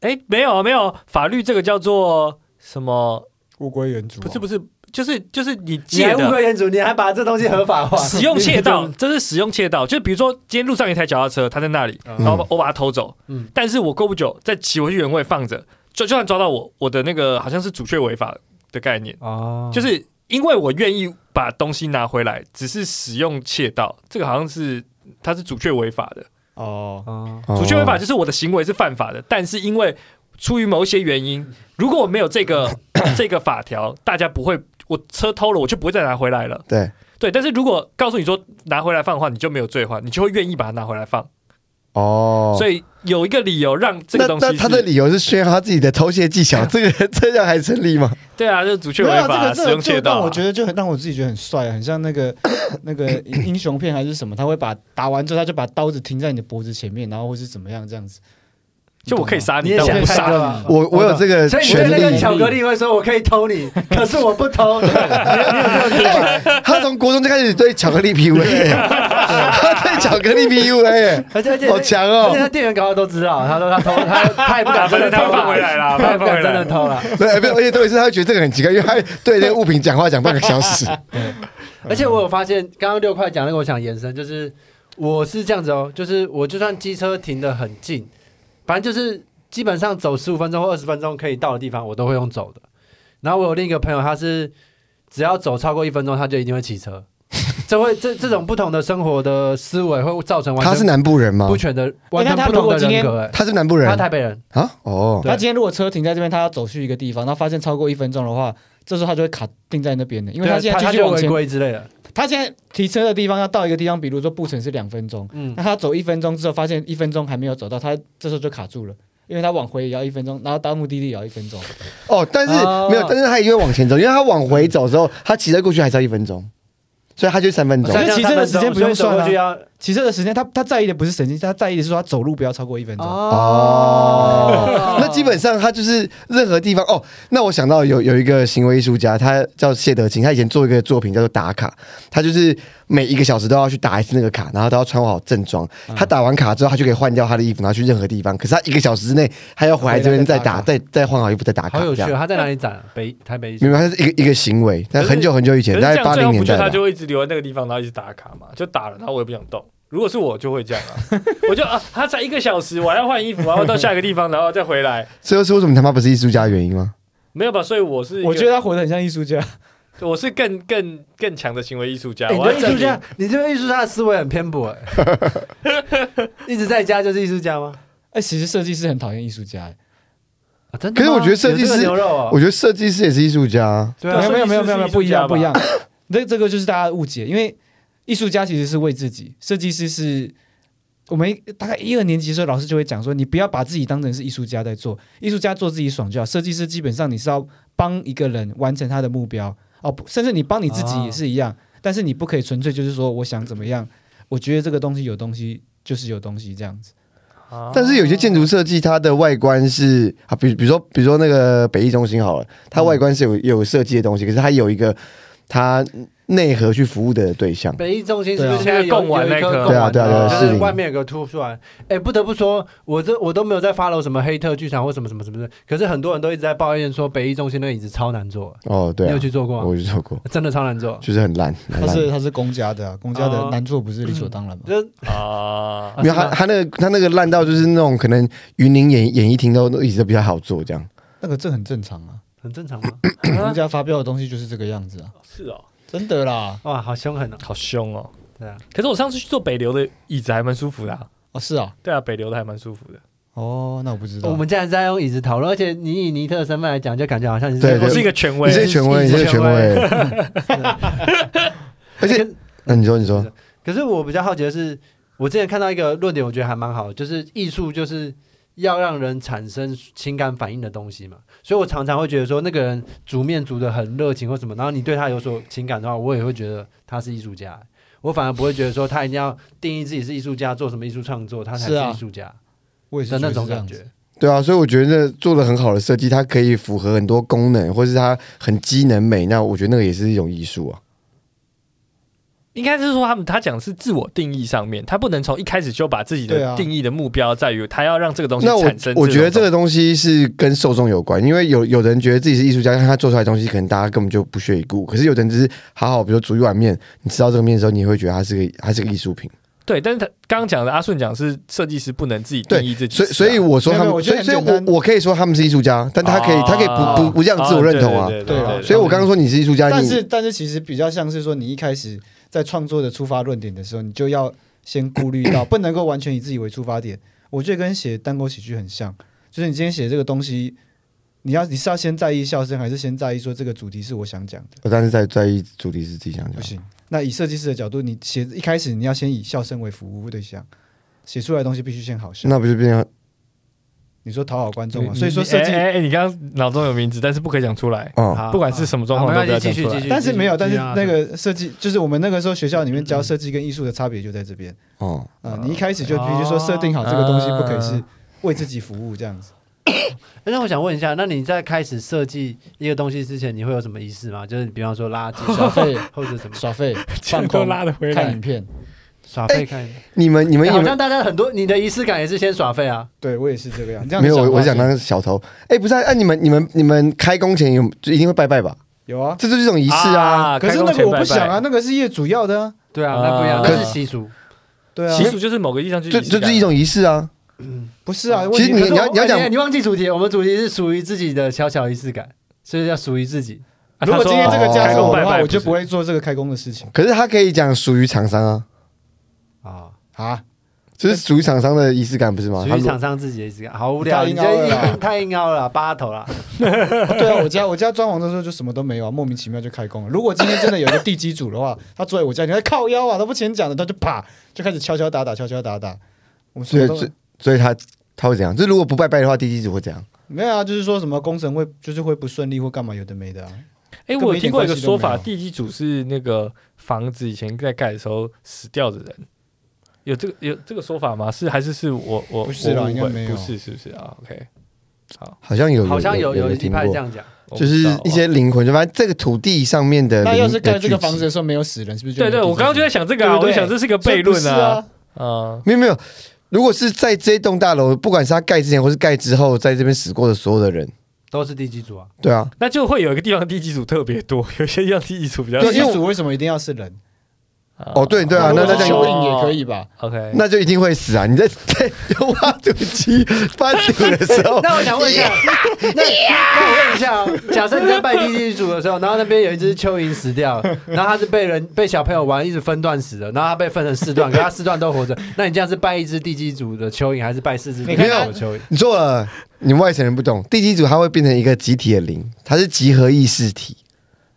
Speaker 3: 哎，没有没有，法律这个叫做什么？
Speaker 4: 物归原主啊，
Speaker 3: 不是不是，就是就是你
Speaker 1: 你
Speaker 3: 借
Speaker 1: 还
Speaker 3: 的
Speaker 1: 物归原主，你还把这东西合 法化，
Speaker 3: 哦使用窃盗，这是使用窃盗。就比如说，今天路上有一台脚踏车，它在那里，
Speaker 1: 嗯
Speaker 3: 然后我把我把它偷走，
Speaker 1: 嗯
Speaker 3: 但是我过不久再骑回去原位放着，就就算抓到我，我的那个好像是主却违法的概念，
Speaker 1: 哦，
Speaker 3: 就是因为我愿意把东西拿回来，只是使用窃盗，这个好像是它是主却违法的，
Speaker 4: 哦，
Speaker 1: 哦，
Speaker 3: 主却违法
Speaker 2: 哦
Speaker 3: 就是我的行为是犯法的，但是因为出于某一些原因，如果我没有这个 这个法条，大家不会我车偷了，我就不会再拿回来了。
Speaker 2: 对，
Speaker 3: 对，但是如果告诉你说拿回来放的话，你就没有罪犯，你就会愿意把它拿回来放。
Speaker 2: 哦。
Speaker 3: 所以有一个理由让这
Speaker 2: 那
Speaker 3: 个东西
Speaker 2: 那
Speaker 3: 是
Speaker 2: 他的理由是炫耀他自己的偷窃 技巧，这个 这样还成立吗？
Speaker 3: 对啊，就是主确
Speaker 4: 没
Speaker 3: 违
Speaker 4: 有
Speaker 3: 法、
Speaker 4: 这
Speaker 3: 使
Speaker 4: 个
Speaker 3: 用
Speaker 4: 这
Speaker 3: 窃
Speaker 4: 个就
Speaker 3: 盗、
Speaker 4: 让
Speaker 3: 啊。
Speaker 4: 我觉得就很让我自己觉得很帅，啊很像那个 那个英雄片还是什么，他会把打完之后他就把刀子停在你的脖子前面，然后或是怎么样这样子，
Speaker 3: 就我可以
Speaker 1: 你
Speaker 3: 杀啊你，
Speaker 1: 也
Speaker 3: 但
Speaker 1: 想
Speaker 3: 我不
Speaker 1: 太
Speaker 3: 杀
Speaker 1: 多
Speaker 3: 你。
Speaker 1: 了。
Speaker 2: 我我有这个
Speaker 1: 哦所以你对
Speaker 2: 权
Speaker 1: 那个
Speaker 2: 利。
Speaker 1: 巧克力会说：“我可以偷 你，可是我不偷。你”你有这种想法
Speaker 2: 他从国中就开始对巧克力 PUA，他对巧克力 PUA，
Speaker 1: 而且而且
Speaker 2: 好强哦
Speaker 1: 而且他店员搞的都知道，他说他偷，他他
Speaker 3: 哎
Speaker 1: 哎也不敢真的
Speaker 3: 他
Speaker 1: 偷
Speaker 3: 放回来啦
Speaker 1: 他也哎不
Speaker 3: 放回
Speaker 1: 敢
Speaker 3: 来
Speaker 1: 真的偷了。
Speaker 2: 对，哎没有，而且特别是他会觉得这个很奇怪，因为他对这个物品讲话讲半个小 时。
Speaker 1: 而且我有发现，刚刚六块讲那个，我想延伸，就是我是这样子哦，就是我就算机车停得很近，反正就是基本上走十五分钟或二十分钟可以到的地方，我都会用走的。然后我有另一个朋友，他是只要走超过一分钟，他就一定会骑车。这会这这种不同的生活的思维会造成完
Speaker 2: 他是
Speaker 1: 全
Speaker 2: 南部人吗
Speaker 1: 不？全的、完全
Speaker 4: 哦那他
Speaker 1: 不
Speaker 4: 如
Speaker 1: 同
Speaker 4: 果
Speaker 1: 的
Speaker 4: 今天
Speaker 1: 人格、欸。
Speaker 2: 他是南部
Speaker 1: 他
Speaker 2: 人
Speaker 1: 是台北人，
Speaker 2: 啊？哦，
Speaker 1: 对
Speaker 4: 他今天如果车停在这边，他要走去一个地方，然后发现超过一分钟的话，这时候他就会卡定在那边的，因为
Speaker 2: 啊
Speaker 1: 对
Speaker 4: 他现在
Speaker 1: 他
Speaker 4: 继续
Speaker 1: 就
Speaker 4: 往
Speaker 1: 违
Speaker 4: 前，
Speaker 1: 规之类的。
Speaker 4: 他现在提车的地方要到一个地方，比如说布城是两分钟，
Speaker 1: 嗯
Speaker 4: 那，他走一分钟之后，发现一分钟还没有走到，他这时候就卡住了，因为他往回也要一分钟，然后到目的地也要一分钟。
Speaker 2: 哦，但是
Speaker 1: 哦
Speaker 2: 没有，但是他也会往前走，因为他往回走之后，他骑车过去还是要一分钟，所以他就三分
Speaker 1: 我
Speaker 2: 钟
Speaker 4: 哦所。以骑车的时间不用算啊
Speaker 1: 就要
Speaker 4: 骑车的时间，他他在意的不是神经，他在意的是说他走路不要超过一分钟。
Speaker 1: 啊
Speaker 2: 哦，那基本上他就是任何地方哦。那我想到有有一个行为艺术家，他叫谢德清，他以前做一个作品叫做打卡，他就是每一个小时都要去打一次那个卡，然后都要穿好正装。
Speaker 3: 嗯
Speaker 2: 他打完卡之后，他就可以换掉他的衣服，然后去任何地方。可是他一个小时之内，他要回来这边再打，
Speaker 4: 回来
Speaker 2: 再再换好衣服再打卡，
Speaker 1: 好有
Speaker 2: 这
Speaker 1: 趣、哦。
Speaker 2: 样。
Speaker 1: 他在哪里展啊？北台北一
Speaker 2: 明白，他是一个一个行为，但
Speaker 3: 可是
Speaker 2: 很久很久以前，
Speaker 3: 可是
Speaker 2: 大
Speaker 3: 这
Speaker 2: 概
Speaker 3: 样
Speaker 2: 八
Speaker 3: 最
Speaker 2: 零
Speaker 3: 后不
Speaker 2: 年
Speaker 3: 就
Speaker 2: 代
Speaker 3: 他
Speaker 2: 吧。
Speaker 3: 就会一直留在那个地方，然后一直打卡嘛，就打了，然后我也不想动。如果是我就会这样啊，我就啊，他才一个小时，我还要换衣服，然后到下一个地方，然后再回来，
Speaker 2: 这就是为什么你他妈不是艺术家的原因吗？
Speaker 3: 没有吧？所以我是一个，
Speaker 4: 我觉得他活得很像艺术家，
Speaker 3: 我是更更更强的行为艺术家。
Speaker 1: 哎你
Speaker 3: 我要
Speaker 1: 对艺
Speaker 3: 证
Speaker 1: 术
Speaker 3: 明
Speaker 1: 家，你这个艺术家的思维很偏颇、 欸，一直在家就是艺术家吗？
Speaker 4: 哎、其实设计师很讨厌艺术家、哎
Speaker 1: 啊、真的吗？
Speaker 2: 可是我觉得设计
Speaker 1: 有这个
Speaker 2: 师
Speaker 1: 牛肉、哦，
Speaker 2: 我觉得设计师也是艺术家啊，
Speaker 1: 对
Speaker 4: 没
Speaker 1: 啊
Speaker 4: 有，没有没有没有没有
Speaker 3: 设
Speaker 4: 不一
Speaker 3: 计师是艺术家
Speaker 4: 样
Speaker 3: 吧
Speaker 4: 不一样。 这这个就是大家误解，因为艺术家其实是为自己，设计师是。我们大概一二年级的时候，老师就会讲说，你不要把自己当成是艺术家在做，艺术家做自己爽就好。设计师基本上你是要帮一个人完成他的目标哦，不甚至你帮你自己也是一样，
Speaker 3: 啊
Speaker 4: 但是你不可以纯粹就是说我想怎么样，我觉得这个东西有东西就是有东西这样子。
Speaker 3: 啊
Speaker 2: 但是有些建
Speaker 1: 哦
Speaker 2: 筑设计，它的外观是啊，比比如说比如说那个北艺中心好了，它
Speaker 1: 嗯
Speaker 2: 外观是有有设计的东西，可是它有一个它内核去服务的对象。
Speaker 1: 北艺中心是不是现在
Speaker 3: 对啊那个贡丸
Speaker 1: 有有一
Speaker 3: 那
Speaker 1: 贡
Speaker 3: 颗
Speaker 1: 丸
Speaker 2: 对啊对啊
Speaker 1: 就
Speaker 2: 对啊
Speaker 1: 是
Speaker 2: 是
Speaker 1: 外面有个凸出来。哎，不得不说，我这我都没有在 follow 什么黑特剧场或什么什么什么的，可是很多人都一直在抱怨说北艺中心那个椅子超难坐，
Speaker 2: 哦，对
Speaker 1: 你
Speaker 2: 啊
Speaker 1: 有，去坐过吗？
Speaker 2: 我就做过，
Speaker 1: 真的超难坐，
Speaker 2: 就是很烂，很
Speaker 4: 他
Speaker 2: 烂。
Speaker 4: 是他是公家的、啊，公家
Speaker 1: 哦
Speaker 4: 的难做不是理所当
Speaker 3: 嗯
Speaker 4: 然吗？
Speaker 1: 就是
Speaker 3: 啊，
Speaker 2: 没有他，他那个他那个烂到就是那种可能云林演演艺厅都椅子都比较好坐这样。
Speaker 4: 那个这很正常 啊，
Speaker 1: 很正常吗？
Speaker 4: 公家发表的东西就是这个样子啊，
Speaker 3: 是哦，
Speaker 4: 真的啦。
Speaker 1: 哇，好凶狠哦！
Speaker 3: 好凶哦。
Speaker 1: 对啊，
Speaker 3: 可是我上次去坐北流的椅子还蛮舒服的、啊，
Speaker 4: 哦，是啊，
Speaker 3: 对啊，北流的还蛮舒服的。
Speaker 4: 哦，那我不知道。
Speaker 1: 我们竟然在用椅子讨论，而且你以尼特的身份来讲，就感觉好像你
Speaker 2: 对
Speaker 3: 我
Speaker 2: 对
Speaker 3: 是一个权
Speaker 2: 你
Speaker 3: 威，
Speaker 2: 是权威，
Speaker 1: 一
Speaker 2: 你
Speaker 1: 直
Speaker 2: 是权威。 而且，那你说你说，
Speaker 1: 可是我比较好奇的是，我之前看到一个论点，我觉得还蛮好的，就是艺术就是要让人产生情感反应的东西嘛。所以我常常会觉得说，那个人煮面煮的很热情或什么，然后你对他有所情感的话，我也会觉得他是艺术家。我反而不会觉得说他一定要定义自己是艺术家，做什么艺术创作，他才
Speaker 4: 是
Speaker 1: 是
Speaker 4: 啊
Speaker 1: 艺术家
Speaker 4: 我也是
Speaker 1: 的那
Speaker 4: 得
Speaker 1: 种
Speaker 4: 是这
Speaker 1: 感
Speaker 4: 样
Speaker 1: 觉
Speaker 4: 子。。
Speaker 2: 对啊，所以我觉得做了很好的设计，它可以符合很多功能，或是它很机能美，那我觉得那个也是一种艺术啊。
Speaker 3: 应该是说他们他讲是自我定义上面，他不能从一开始就把自己
Speaker 4: 对
Speaker 3: 的
Speaker 4: 啊
Speaker 3: 定义的目标在于他要让这个东西
Speaker 2: 那我
Speaker 3: 产生
Speaker 2: 我觉得这
Speaker 3: 种
Speaker 2: 个东西是跟受众有关，因为有有的人觉得自己是艺术家，但他做出来的东西可能大家根本就不屑一顾。可是有的人只是好好，比如煮一碗面，你吃到这个面的时候，你会觉得它是个它是个艺术品。
Speaker 3: 对，但是他刚刚讲的阿顺讲是设计师不能自己定义自己是
Speaker 2: 所
Speaker 3: 啊，
Speaker 2: 以所以我说他
Speaker 4: 没有没
Speaker 2: 们，
Speaker 4: 有
Speaker 2: 所以
Speaker 4: 我
Speaker 2: 所
Speaker 4: 觉
Speaker 2: 以
Speaker 4: 得很简单
Speaker 2: 我我可以说他们是艺术家，但他可以
Speaker 3: 哦
Speaker 2: 他可以不不不这样自我认同啊。
Speaker 3: 对
Speaker 4: 对啊
Speaker 2: 所以我刚刚说你是艺术家，
Speaker 4: 但
Speaker 2: 你
Speaker 4: 是但是其实比较像是说，你一开始在创作的出发论点的时候，你就要先顾虑到， 不能够完全以自己为出发点。我觉得跟写单口喜剧很像，就是你今天写这个东西，你要你是要先在意笑声，还是先在意说这个主题是我想讲的？
Speaker 2: 我但是在在意主题是自己想讲
Speaker 4: 不。行。那以设计师的角度，你写一开始你要先以笑声为服务对象，写出来的东西必须先好笑。
Speaker 2: 那不就变成
Speaker 4: 你说讨好观众
Speaker 3: 你
Speaker 4: 嘛，
Speaker 3: 你
Speaker 4: 嗯所以说
Speaker 3: 你
Speaker 4: 设计
Speaker 3: 哎哎哎，你刚刚脑中有名字，但是不可以讲出来，
Speaker 2: 哦，
Speaker 1: 好
Speaker 3: 不管是什么状况
Speaker 1: 好
Speaker 3: 都
Speaker 1: 没关
Speaker 3: 不要
Speaker 1: 系
Speaker 3: 讲出
Speaker 1: 继续继
Speaker 3: 来
Speaker 1: 续。
Speaker 4: 但是没有，但是
Speaker 1: 啊
Speaker 4: 那个设计就是我们那个时候学校
Speaker 3: 嗯
Speaker 4: 里面教设计跟艺术的差别就在这边
Speaker 2: 哦，
Speaker 4: 啊、你一开始就比如说设定好这个东西不可以
Speaker 3: 啊
Speaker 4: 是为自己服务这 样子，
Speaker 1: 哎那我想问一下，那你在开始设计一个东西之前，你会有什么仪式吗？就是比方说垃 圾、
Speaker 4: 耍
Speaker 1: 小
Speaker 4: 费
Speaker 1: 或者什么
Speaker 4: 耍费
Speaker 3: 全
Speaker 4: 放
Speaker 3: 都
Speaker 4: 空
Speaker 3: 拉得回
Speaker 4: 看
Speaker 3: 来
Speaker 4: 影。片，
Speaker 1: 耍费看。
Speaker 2: 你们你们
Speaker 1: 欸
Speaker 2: 有
Speaker 1: 哎好
Speaker 2: 没有
Speaker 1: 像大家很多你的仪式感也是先耍废啊，
Speaker 4: 对我也是这个样。这样
Speaker 2: 没有？我我
Speaker 4: 讲
Speaker 2: 想当小偷。哎，不是啊，啊你们你们你们开工前有就一定会拜拜吧？
Speaker 4: 有啊，
Speaker 2: 这就是一种仪式啊。
Speaker 3: 啊
Speaker 4: 可是那个我不想啊，，那个是业主要的啊，
Speaker 1: 对
Speaker 3: 啊
Speaker 1: 啊，那不一样，
Speaker 3: 可
Speaker 1: 那是习俗。
Speaker 4: 对
Speaker 3: 习
Speaker 4: 啊，
Speaker 3: 俗就是某个意义上去仪
Speaker 2: 就
Speaker 3: 式感，
Speaker 2: 就是一种仪式啊，
Speaker 4: 不是啊，
Speaker 2: 其实
Speaker 4: 问
Speaker 2: 你
Speaker 4: 题
Speaker 2: 你要你要讲
Speaker 1: 哎你忘记主题，我们主题是属于自己的小小仪式感，所以要属于自己。
Speaker 3: 啊啊
Speaker 4: 如果
Speaker 3: 他说
Speaker 4: 今天这个家
Speaker 3: 开
Speaker 4: 是
Speaker 3: 工
Speaker 4: 我
Speaker 3: 拜
Speaker 4: 的话，
Speaker 3: 拜，
Speaker 4: 我就
Speaker 3: 不
Speaker 4: 不
Speaker 3: 是
Speaker 4: 会做这个开工的事情
Speaker 2: 可是他可以讲属于厂商啊，
Speaker 1: 啊。
Speaker 4: 啊。
Speaker 2: 这是属于厂商的仪式感不是吗？
Speaker 1: 属
Speaker 2: 他
Speaker 1: 于
Speaker 2: 如
Speaker 1: 厂商自己的意思，好无聊，
Speaker 4: 太
Speaker 1: 你
Speaker 4: 硬
Speaker 1: 这
Speaker 4: 凹了啦
Speaker 1: 硬太硬凹了啦，八头啦。
Speaker 4: 对啊，我家我家装潢的时候就什么都没有啊，莫名其妙就开工了。如果今天真的有一个地基主的话，他坐在我家，你看靠腰啊，他不前讲的，他就啪就开始敲敲打打，敲敲打打。我们什么
Speaker 2: 所以
Speaker 4: 都
Speaker 2: 所以所以他他会怎样？就如果不拜拜的话，地基主会怎样？
Speaker 4: 没有啊，就是说什么工程会就是会不顺利或干嘛，有的没的啊。
Speaker 3: 哎，
Speaker 4: 根本
Speaker 3: 我有
Speaker 4: 一
Speaker 3: 听
Speaker 4: 点
Speaker 3: 过一个
Speaker 4: 关系都
Speaker 3: 说
Speaker 4: 没
Speaker 3: 法，
Speaker 4: 有
Speaker 3: 地基主是那个房子以前在盖的时候死掉的人，有这个有这个说法吗？是还是是我我
Speaker 4: 不是啦
Speaker 3: 我误
Speaker 4: 应该
Speaker 3: 会
Speaker 4: 没有
Speaker 3: 不是是不是啊？OK，
Speaker 2: 好像有，
Speaker 1: 好像有
Speaker 2: 有
Speaker 1: 有一
Speaker 2: 听
Speaker 1: 派这
Speaker 2: 过，
Speaker 1: 样讲，
Speaker 3: 我不
Speaker 2: 就
Speaker 3: 知
Speaker 2: 是
Speaker 3: 道啊
Speaker 2: 一些灵魂，就发现这个土地上面的灵。
Speaker 4: 那要是盖这个
Speaker 2: 的聚集
Speaker 4: 房子，的时候没有死人，是不是就
Speaker 3: 对
Speaker 4: 没有地
Speaker 3: 对，
Speaker 4: 基主？
Speaker 3: 我刚刚就在想这个啊，
Speaker 4: 对
Speaker 3: 我
Speaker 4: 不对
Speaker 3: 就想这是一个
Speaker 4: 这
Speaker 3: 悖
Speaker 4: 不
Speaker 3: 论
Speaker 4: 是
Speaker 3: 啊
Speaker 4: 啊，，
Speaker 3: 嗯，
Speaker 2: 没有没有，如果是在这栋大楼，不管是他盖之前或是盖之后，在这边死过的所有的人，
Speaker 1: 都是地基组啊。
Speaker 2: 对啊，
Speaker 3: 那就会有一个地方地基组特别多， 有些地方地基组比较
Speaker 4: 啊地
Speaker 2: 对因为
Speaker 4: 基
Speaker 2: 我
Speaker 4: 主为什么一定要是人？
Speaker 3: 啊
Speaker 2: 哦对对啊那
Speaker 4: 如果
Speaker 2: 那
Speaker 4: 是
Speaker 2: 这
Speaker 4: 蚯
Speaker 2: 样
Speaker 4: 蚓也可以吧？
Speaker 3: OK，
Speaker 2: 那就一定会死啊！你在在挖土机翻土的时候，
Speaker 1: 那我想问一下，那那我问一下哦，假设你在拜地基组的时候，然后那边有一只蚯蚓死掉了，然后它是被人被小朋友玩一直分段死的，然后它被分成四段，可它四段都活着，那你这样是拜一只地基组的蚯蚓，还是拜四只地基组的蚯蚓？
Speaker 2: 你错了，你们外省人不懂，地基主它会变成一个集体的灵，它是集合意识体，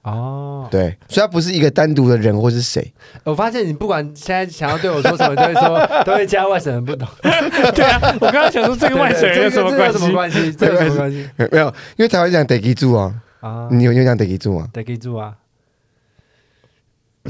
Speaker 1: 哦，
Speaker 2: 对，所以它不是一个单独的人或是谁。
Speaker 1: 我发现你不管现在想要对我说什么，都会说都会加外省人不懂，
Speaker 3: 对啊，我刚刚想说这个外省人有什么
Speaker 1: 对对
Speaker 3: 关
Speaker 1: 对这个有什
Speaker 3: 系
Speaker 1: 么？关系？这有什么关系
Speaker 2: 没没有，因为台湾讲地基主啊，
Speaker 1: 啊？
Speaker 2: 你有你有讲地基主吗？
Speaker 1: 得记住啊。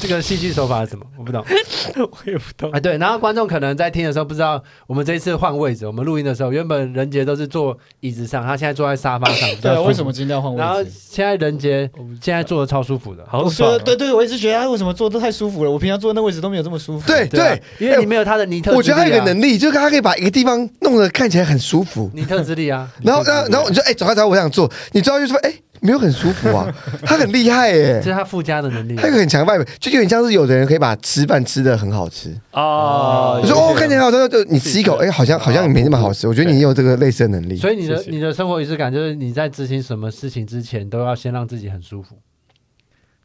Speaker 1: 这个戏剧手法是什么？我不懂
Speaker 3: 我也不懂
Speaker 1: 啊。对，然后观众可能在听的时候不知道，我们这一次换位置，我们录音的时候，原本任杰都是坐椅子上，他现在坐在沙发上，比
Speaker 4: 对
Speaker 1: 较
Speaker 4: 啊，
Speaker 2: 哦
Speaker 1: 舒服
Speaker 4: 为什？么今天要换
Speaker 1: 然后
Speaker 4: 位置？
Speaker 1: 现在任杰现在坐的超舒服的，
Speaker 3: 好
Speaker 4: 我
Speaker 3: 爽
Speaker 4: 说
Speaker 3: 啊，
Speaker 4: 对对，我一直觉得他为什么坐都太舒服了，我平常坐那位置都没有这么舒服。
Speaker 2: 对
Speaker 1: 对啊
Speaker 2: 对，
Speaker 1: 因为你没有他的尼特，啊
Speaker 2: 我觉得他有一个，能力，就是他可以把一个地方弄得看起来很舒服，
Speaker 1: 尼特之力啊，
Speaker 2: 然后然后然后你就哎，找他找我想做，你知道就说哎，没有很舒服 啊，他很厉害耶
Speaker 1: 这、是他附加的能力啊
Speaker 2: 他。有个很强的 vibe，就有点像是有的人可以把吃饭吃的很好吃，
Speaker 3: 哦，
Speaker 2: 我说哦，看起来好吃，就你吃一口，哎，好像好像没那么好吃。我觉得你也有这个类似的能力，
Speaker 1: 所以你的
Speaker 3: 谢谢
Speaker 1: 你的生活仪式感就是你在执行什么事情之前，都要先让自己很舒服。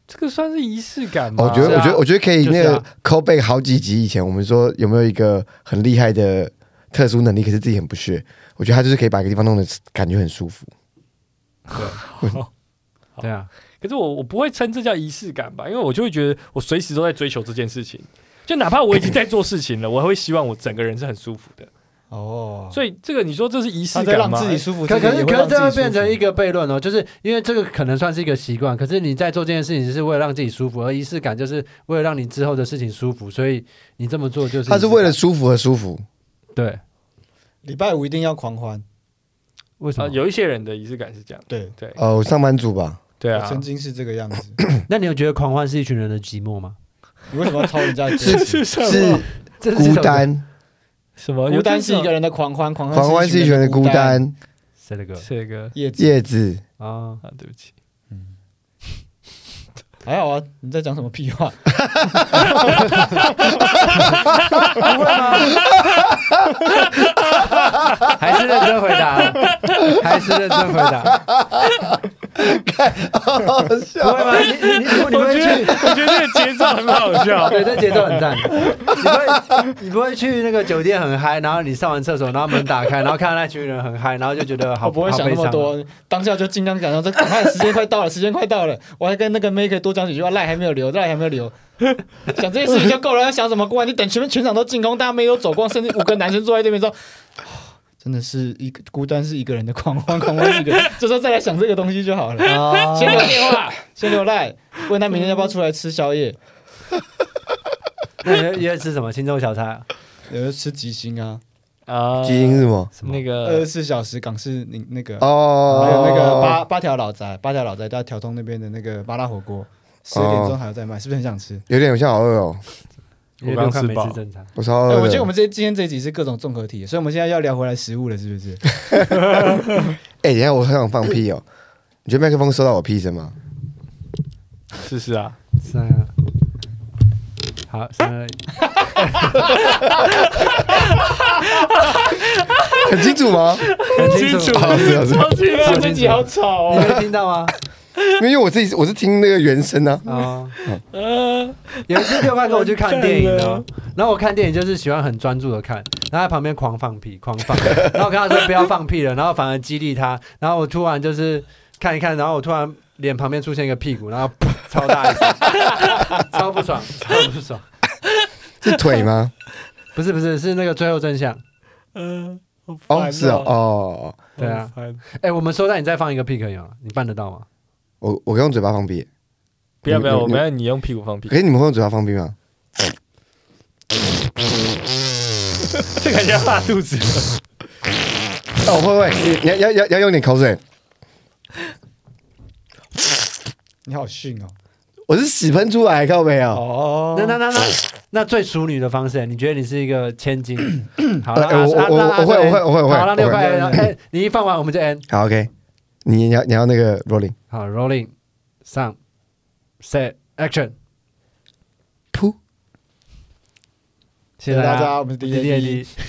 Speaker 3: 这个算是仪式感吗？
Speaker 2: 哦我觉得
Speaker 1: 是啊
Speaker 2: 我觉得我觉得可以
Speaker 1: 就是
Speaker 2: 那
Speaker 1: 啊
Speaker 2: 个 call back 好几集以前，我们说有没有一个很厉害的特殊能力，可是自己很不屑。我觉得他就是可以把一个地方弄得感觉很舒服。
Speaker 1: 对啊，
Speaker 3: 可是我我不会称这叫仪式感吧，因为我就会觉得我随时都在追求这件事情，就哪怕我已经在做事情了，我还会希望我整个人是很舒服的。
Speaker 4: 哦，
Speaker 3: 所以这个你说这是仪式
Speaker 4: 他在
Speaker 3: 感
Speaker 4: 让
Speaker 3: 吗？
Speaker 4: 自己舒服，
Speaker 1: 可可
Speaker 4: 自己
Speaker 1: 是
Speaker 4: 也
Speaker 1: 可
Speaker 4: 会
Speaker 1: 是
Speaker 4: 让
Speaker 1: 这会
Speaker 4: 自己舒服
Speaker 1: 变成一个悖论哦，就是因为这个可能算是一个习惯，可是你在做这件事情是为了让自己舒服，而仪式感就是为了让你之后的事情舒服，所以你这么做就是
Speaker 2: 他是
Speaker 1: 仪式感
Speaker 2: 为了舒服而舒服，
Speaker 3: 哎
Speaker 1: 对，
Speaker 3: 啊
Speaker 4: 礼拜五一定要狂欢。
Speaker 1: 为什
Speaker 3: 啊，
Speaker 1: 么？
Speaker 3: 有一些人的仪式感是这样，
Speaker 4: 对，
Speaker 3: 对
Speaker 2: 哦，上班族吧，
Speaker 3: 对
Speaker 4: 我
Speaker 3: 啊，
Speaker 4: 曾 经是这个样子。
Speaker 1: 那你有觉得狂欢是一群人的寂寞吗？
Speaker 4: 你为什么要抄人 家的歌
Speaker 3: 这
Speaker 4: 词？
Speaker 3: 是什
Speaker 2: 是啊
Speaker 3: 么？
Speaker 1: 这是
Speaker 2: 孤
Speaker 1: 这首歌
Speaker 2: 单，
Speaker 3: 什么？
Speaker 4: 孤单是一个
Speaker 3: 人
Speaker 4: 人的狂欢，狂
Speaker 2: 狂欢
Speaker 4: 是
Speaker 2: 是一群
Speaker 4: 一群
Speaker 2: 人的
Speaker 4: 的
Speaker 2: 孤
Speaker 4: 单。
Speaker 2: 单。
Speaker 1: 谁的歌
Speaker 3: 这个
Speaker 4: 叶子
Speaker 2: 叶子，
Speaker 1: 啊？
Speaker 3: 啊，对不起，
Speaker 4: 还好啊，你在讲什么屁话？
Speaker 1: 还是认真回答，啊还是认真回答，啊不会吗？你你你你
Speaker 3: 我
Speaker 1: 会
Speaker 3: 觉
Speaker 1: 去
Speaker 3: 得 我觉得这个节奏很好笑，
Speaker 1: 对，这节奏很赞。你不会，你不会去那个酒店很嗨，然后你上完厕所，然后门打开，然后看到那群人很嗨，然后就觉得好
Speaker 4: 我不会
Speaker 1: 好
Speaker 4: 想那
Speaker 1: 悲
Speaker 4: 么
Speaker 1: 伤。啊
Speaker 4: 多，当下就尽量讲到这赶快，时间快到了，时间快到了，我还跟那个 Make 多讲几句话，赖还没有留，赖还没有留。想这些事情就够了，要想什么过完？你等全面全场都进攻，大家没有走光，甚至五个男生坐在这边说，哦真的是一个孤单是一个人的狂欢，狂欢是一个人，这时候再来想这个东西就好了。
Speaker 1: 啊
Speaker 4: 先留电话，先留赖，问他明天要不要出来吃宵夜，
Speaker 1: 那你约约吃什么？青州小菜啊？
Speaker 4: 有人吃吉星啊，
Speaker 3: 啊，
Speaker 2: 基因是吗？
Speaker 1: 什么
Speaker 3: 那
Speaker 4: 二
Speaker 3: 个
Speaker 4: 十四小时港式那那个，
Speaker 2: 哦，
Speaker 4: 还有那个八八条老宅，八条老宅在条通那边的那个麻辣火锅，十二点钟还有在卖，是不是很想吃？
Speaker 2: 有点像好饿哦，
Speaker 1: 约
Speaker 3: 我刚
Speaker 1: 六块
Speaker 3: 吃
Speaker 1: 没
Speaker 3: 饱
Speaker 1: 吃啊正餐。
Speaker 2: 我超
Speaker 4: 哎
Speaker 2: 饿的。
Speaker 4: 我觉得我们这今天这一集是各种综合体，所以我们现在要聊回来食物了，是不是？
Speaker 2: 哎，等一下我很想放屁哦。你觉得麦克风收到我屁声吗？
Speaker 3: 是是啊，
Speaker 1: 三二，好，三啊 二一，
Speaker 2: 很清楚吗？
Speaker 1: 很清楚。
Speaker 2: 啊是啊是啊
Speaker 3: 超级
Speaker 1: 好
Speaker 3: 啊
Speaker 1: 这集好哦
Speaker 4: 吵
Speaker 1: 你！没听到吗？
Speaker 2: 因为我自己我是听那个原声啊，
Speaker 1: 啊。
Speaker 3: 呃，
Speaker 1: 有一次六块跟我去看电影
Speaker 3: 完蛋
Speaker 1: 哦
Speaker 3: 了，
Speaker 1: 然后我看电影就是喜欢很专注的看，然后在旁边狂放屁，狂放，然后我跟他说不要放屁了，然后反而激励他，然后我突然就是看一看，然后我突然脸旁边出现一个屁股，然后噗超大一声，超不爽，超不爽，
Speaker 2: 是腿吗？
Speaker 1: 不是不是是那个最后真相，
Speaker 3: 嗯，好烦
Speaker 2: 哦，是哦，，哦，
Speaker 1: 对啊
Speaker 3: 好烦，
Speaker 1: 哎、我们收到你再放一个屁可以吗？你办得到吗？
Speaker 2: 我我用嘴巴放屁，
Speaker 3: 不要不要，
Speaker 2: 你
Speaker 3: 我们要你用屁股放屁
Speaker 2: 可，是你们会用嘴巴放屁吗？
Speaker 3: 这感觉要拉肚子。
Speaker 2: 哦，会会，你要要要要用点口水，
Speaker 4: 你好逊哦！
Speaker 2: 我是屎喷出来，看到没有？
Speaker 4: 哦
Speaker 1: 那那那那那最淑女的方式，你觉得你是一个千金？好，
Speaker 2: 呃
Speaker 1: 那那
Speaker 2: 我我
Speaker 1: 那
Speaker 2: 我
Speaker 1: 那
Speaker 2: 我会我会我会我会
Speaker 1: 好，那六
Speaker 2: 我会
Speaker 1: 块，哎，你一放完我们就 end。
Speaker 2: 好，OK，你你要你要那个 rolling，
Speaker 1: 好，rolling，上，set action，
Speaker 2: 噗，
Speaker 1: 谢谢大
Speaker 4: 谢谢大家
Speaker 1: 家，
Speaker 4: 我们是
Speaker 1: 滴滴
Speaker 4: DDAD
Speaker 1: 滴。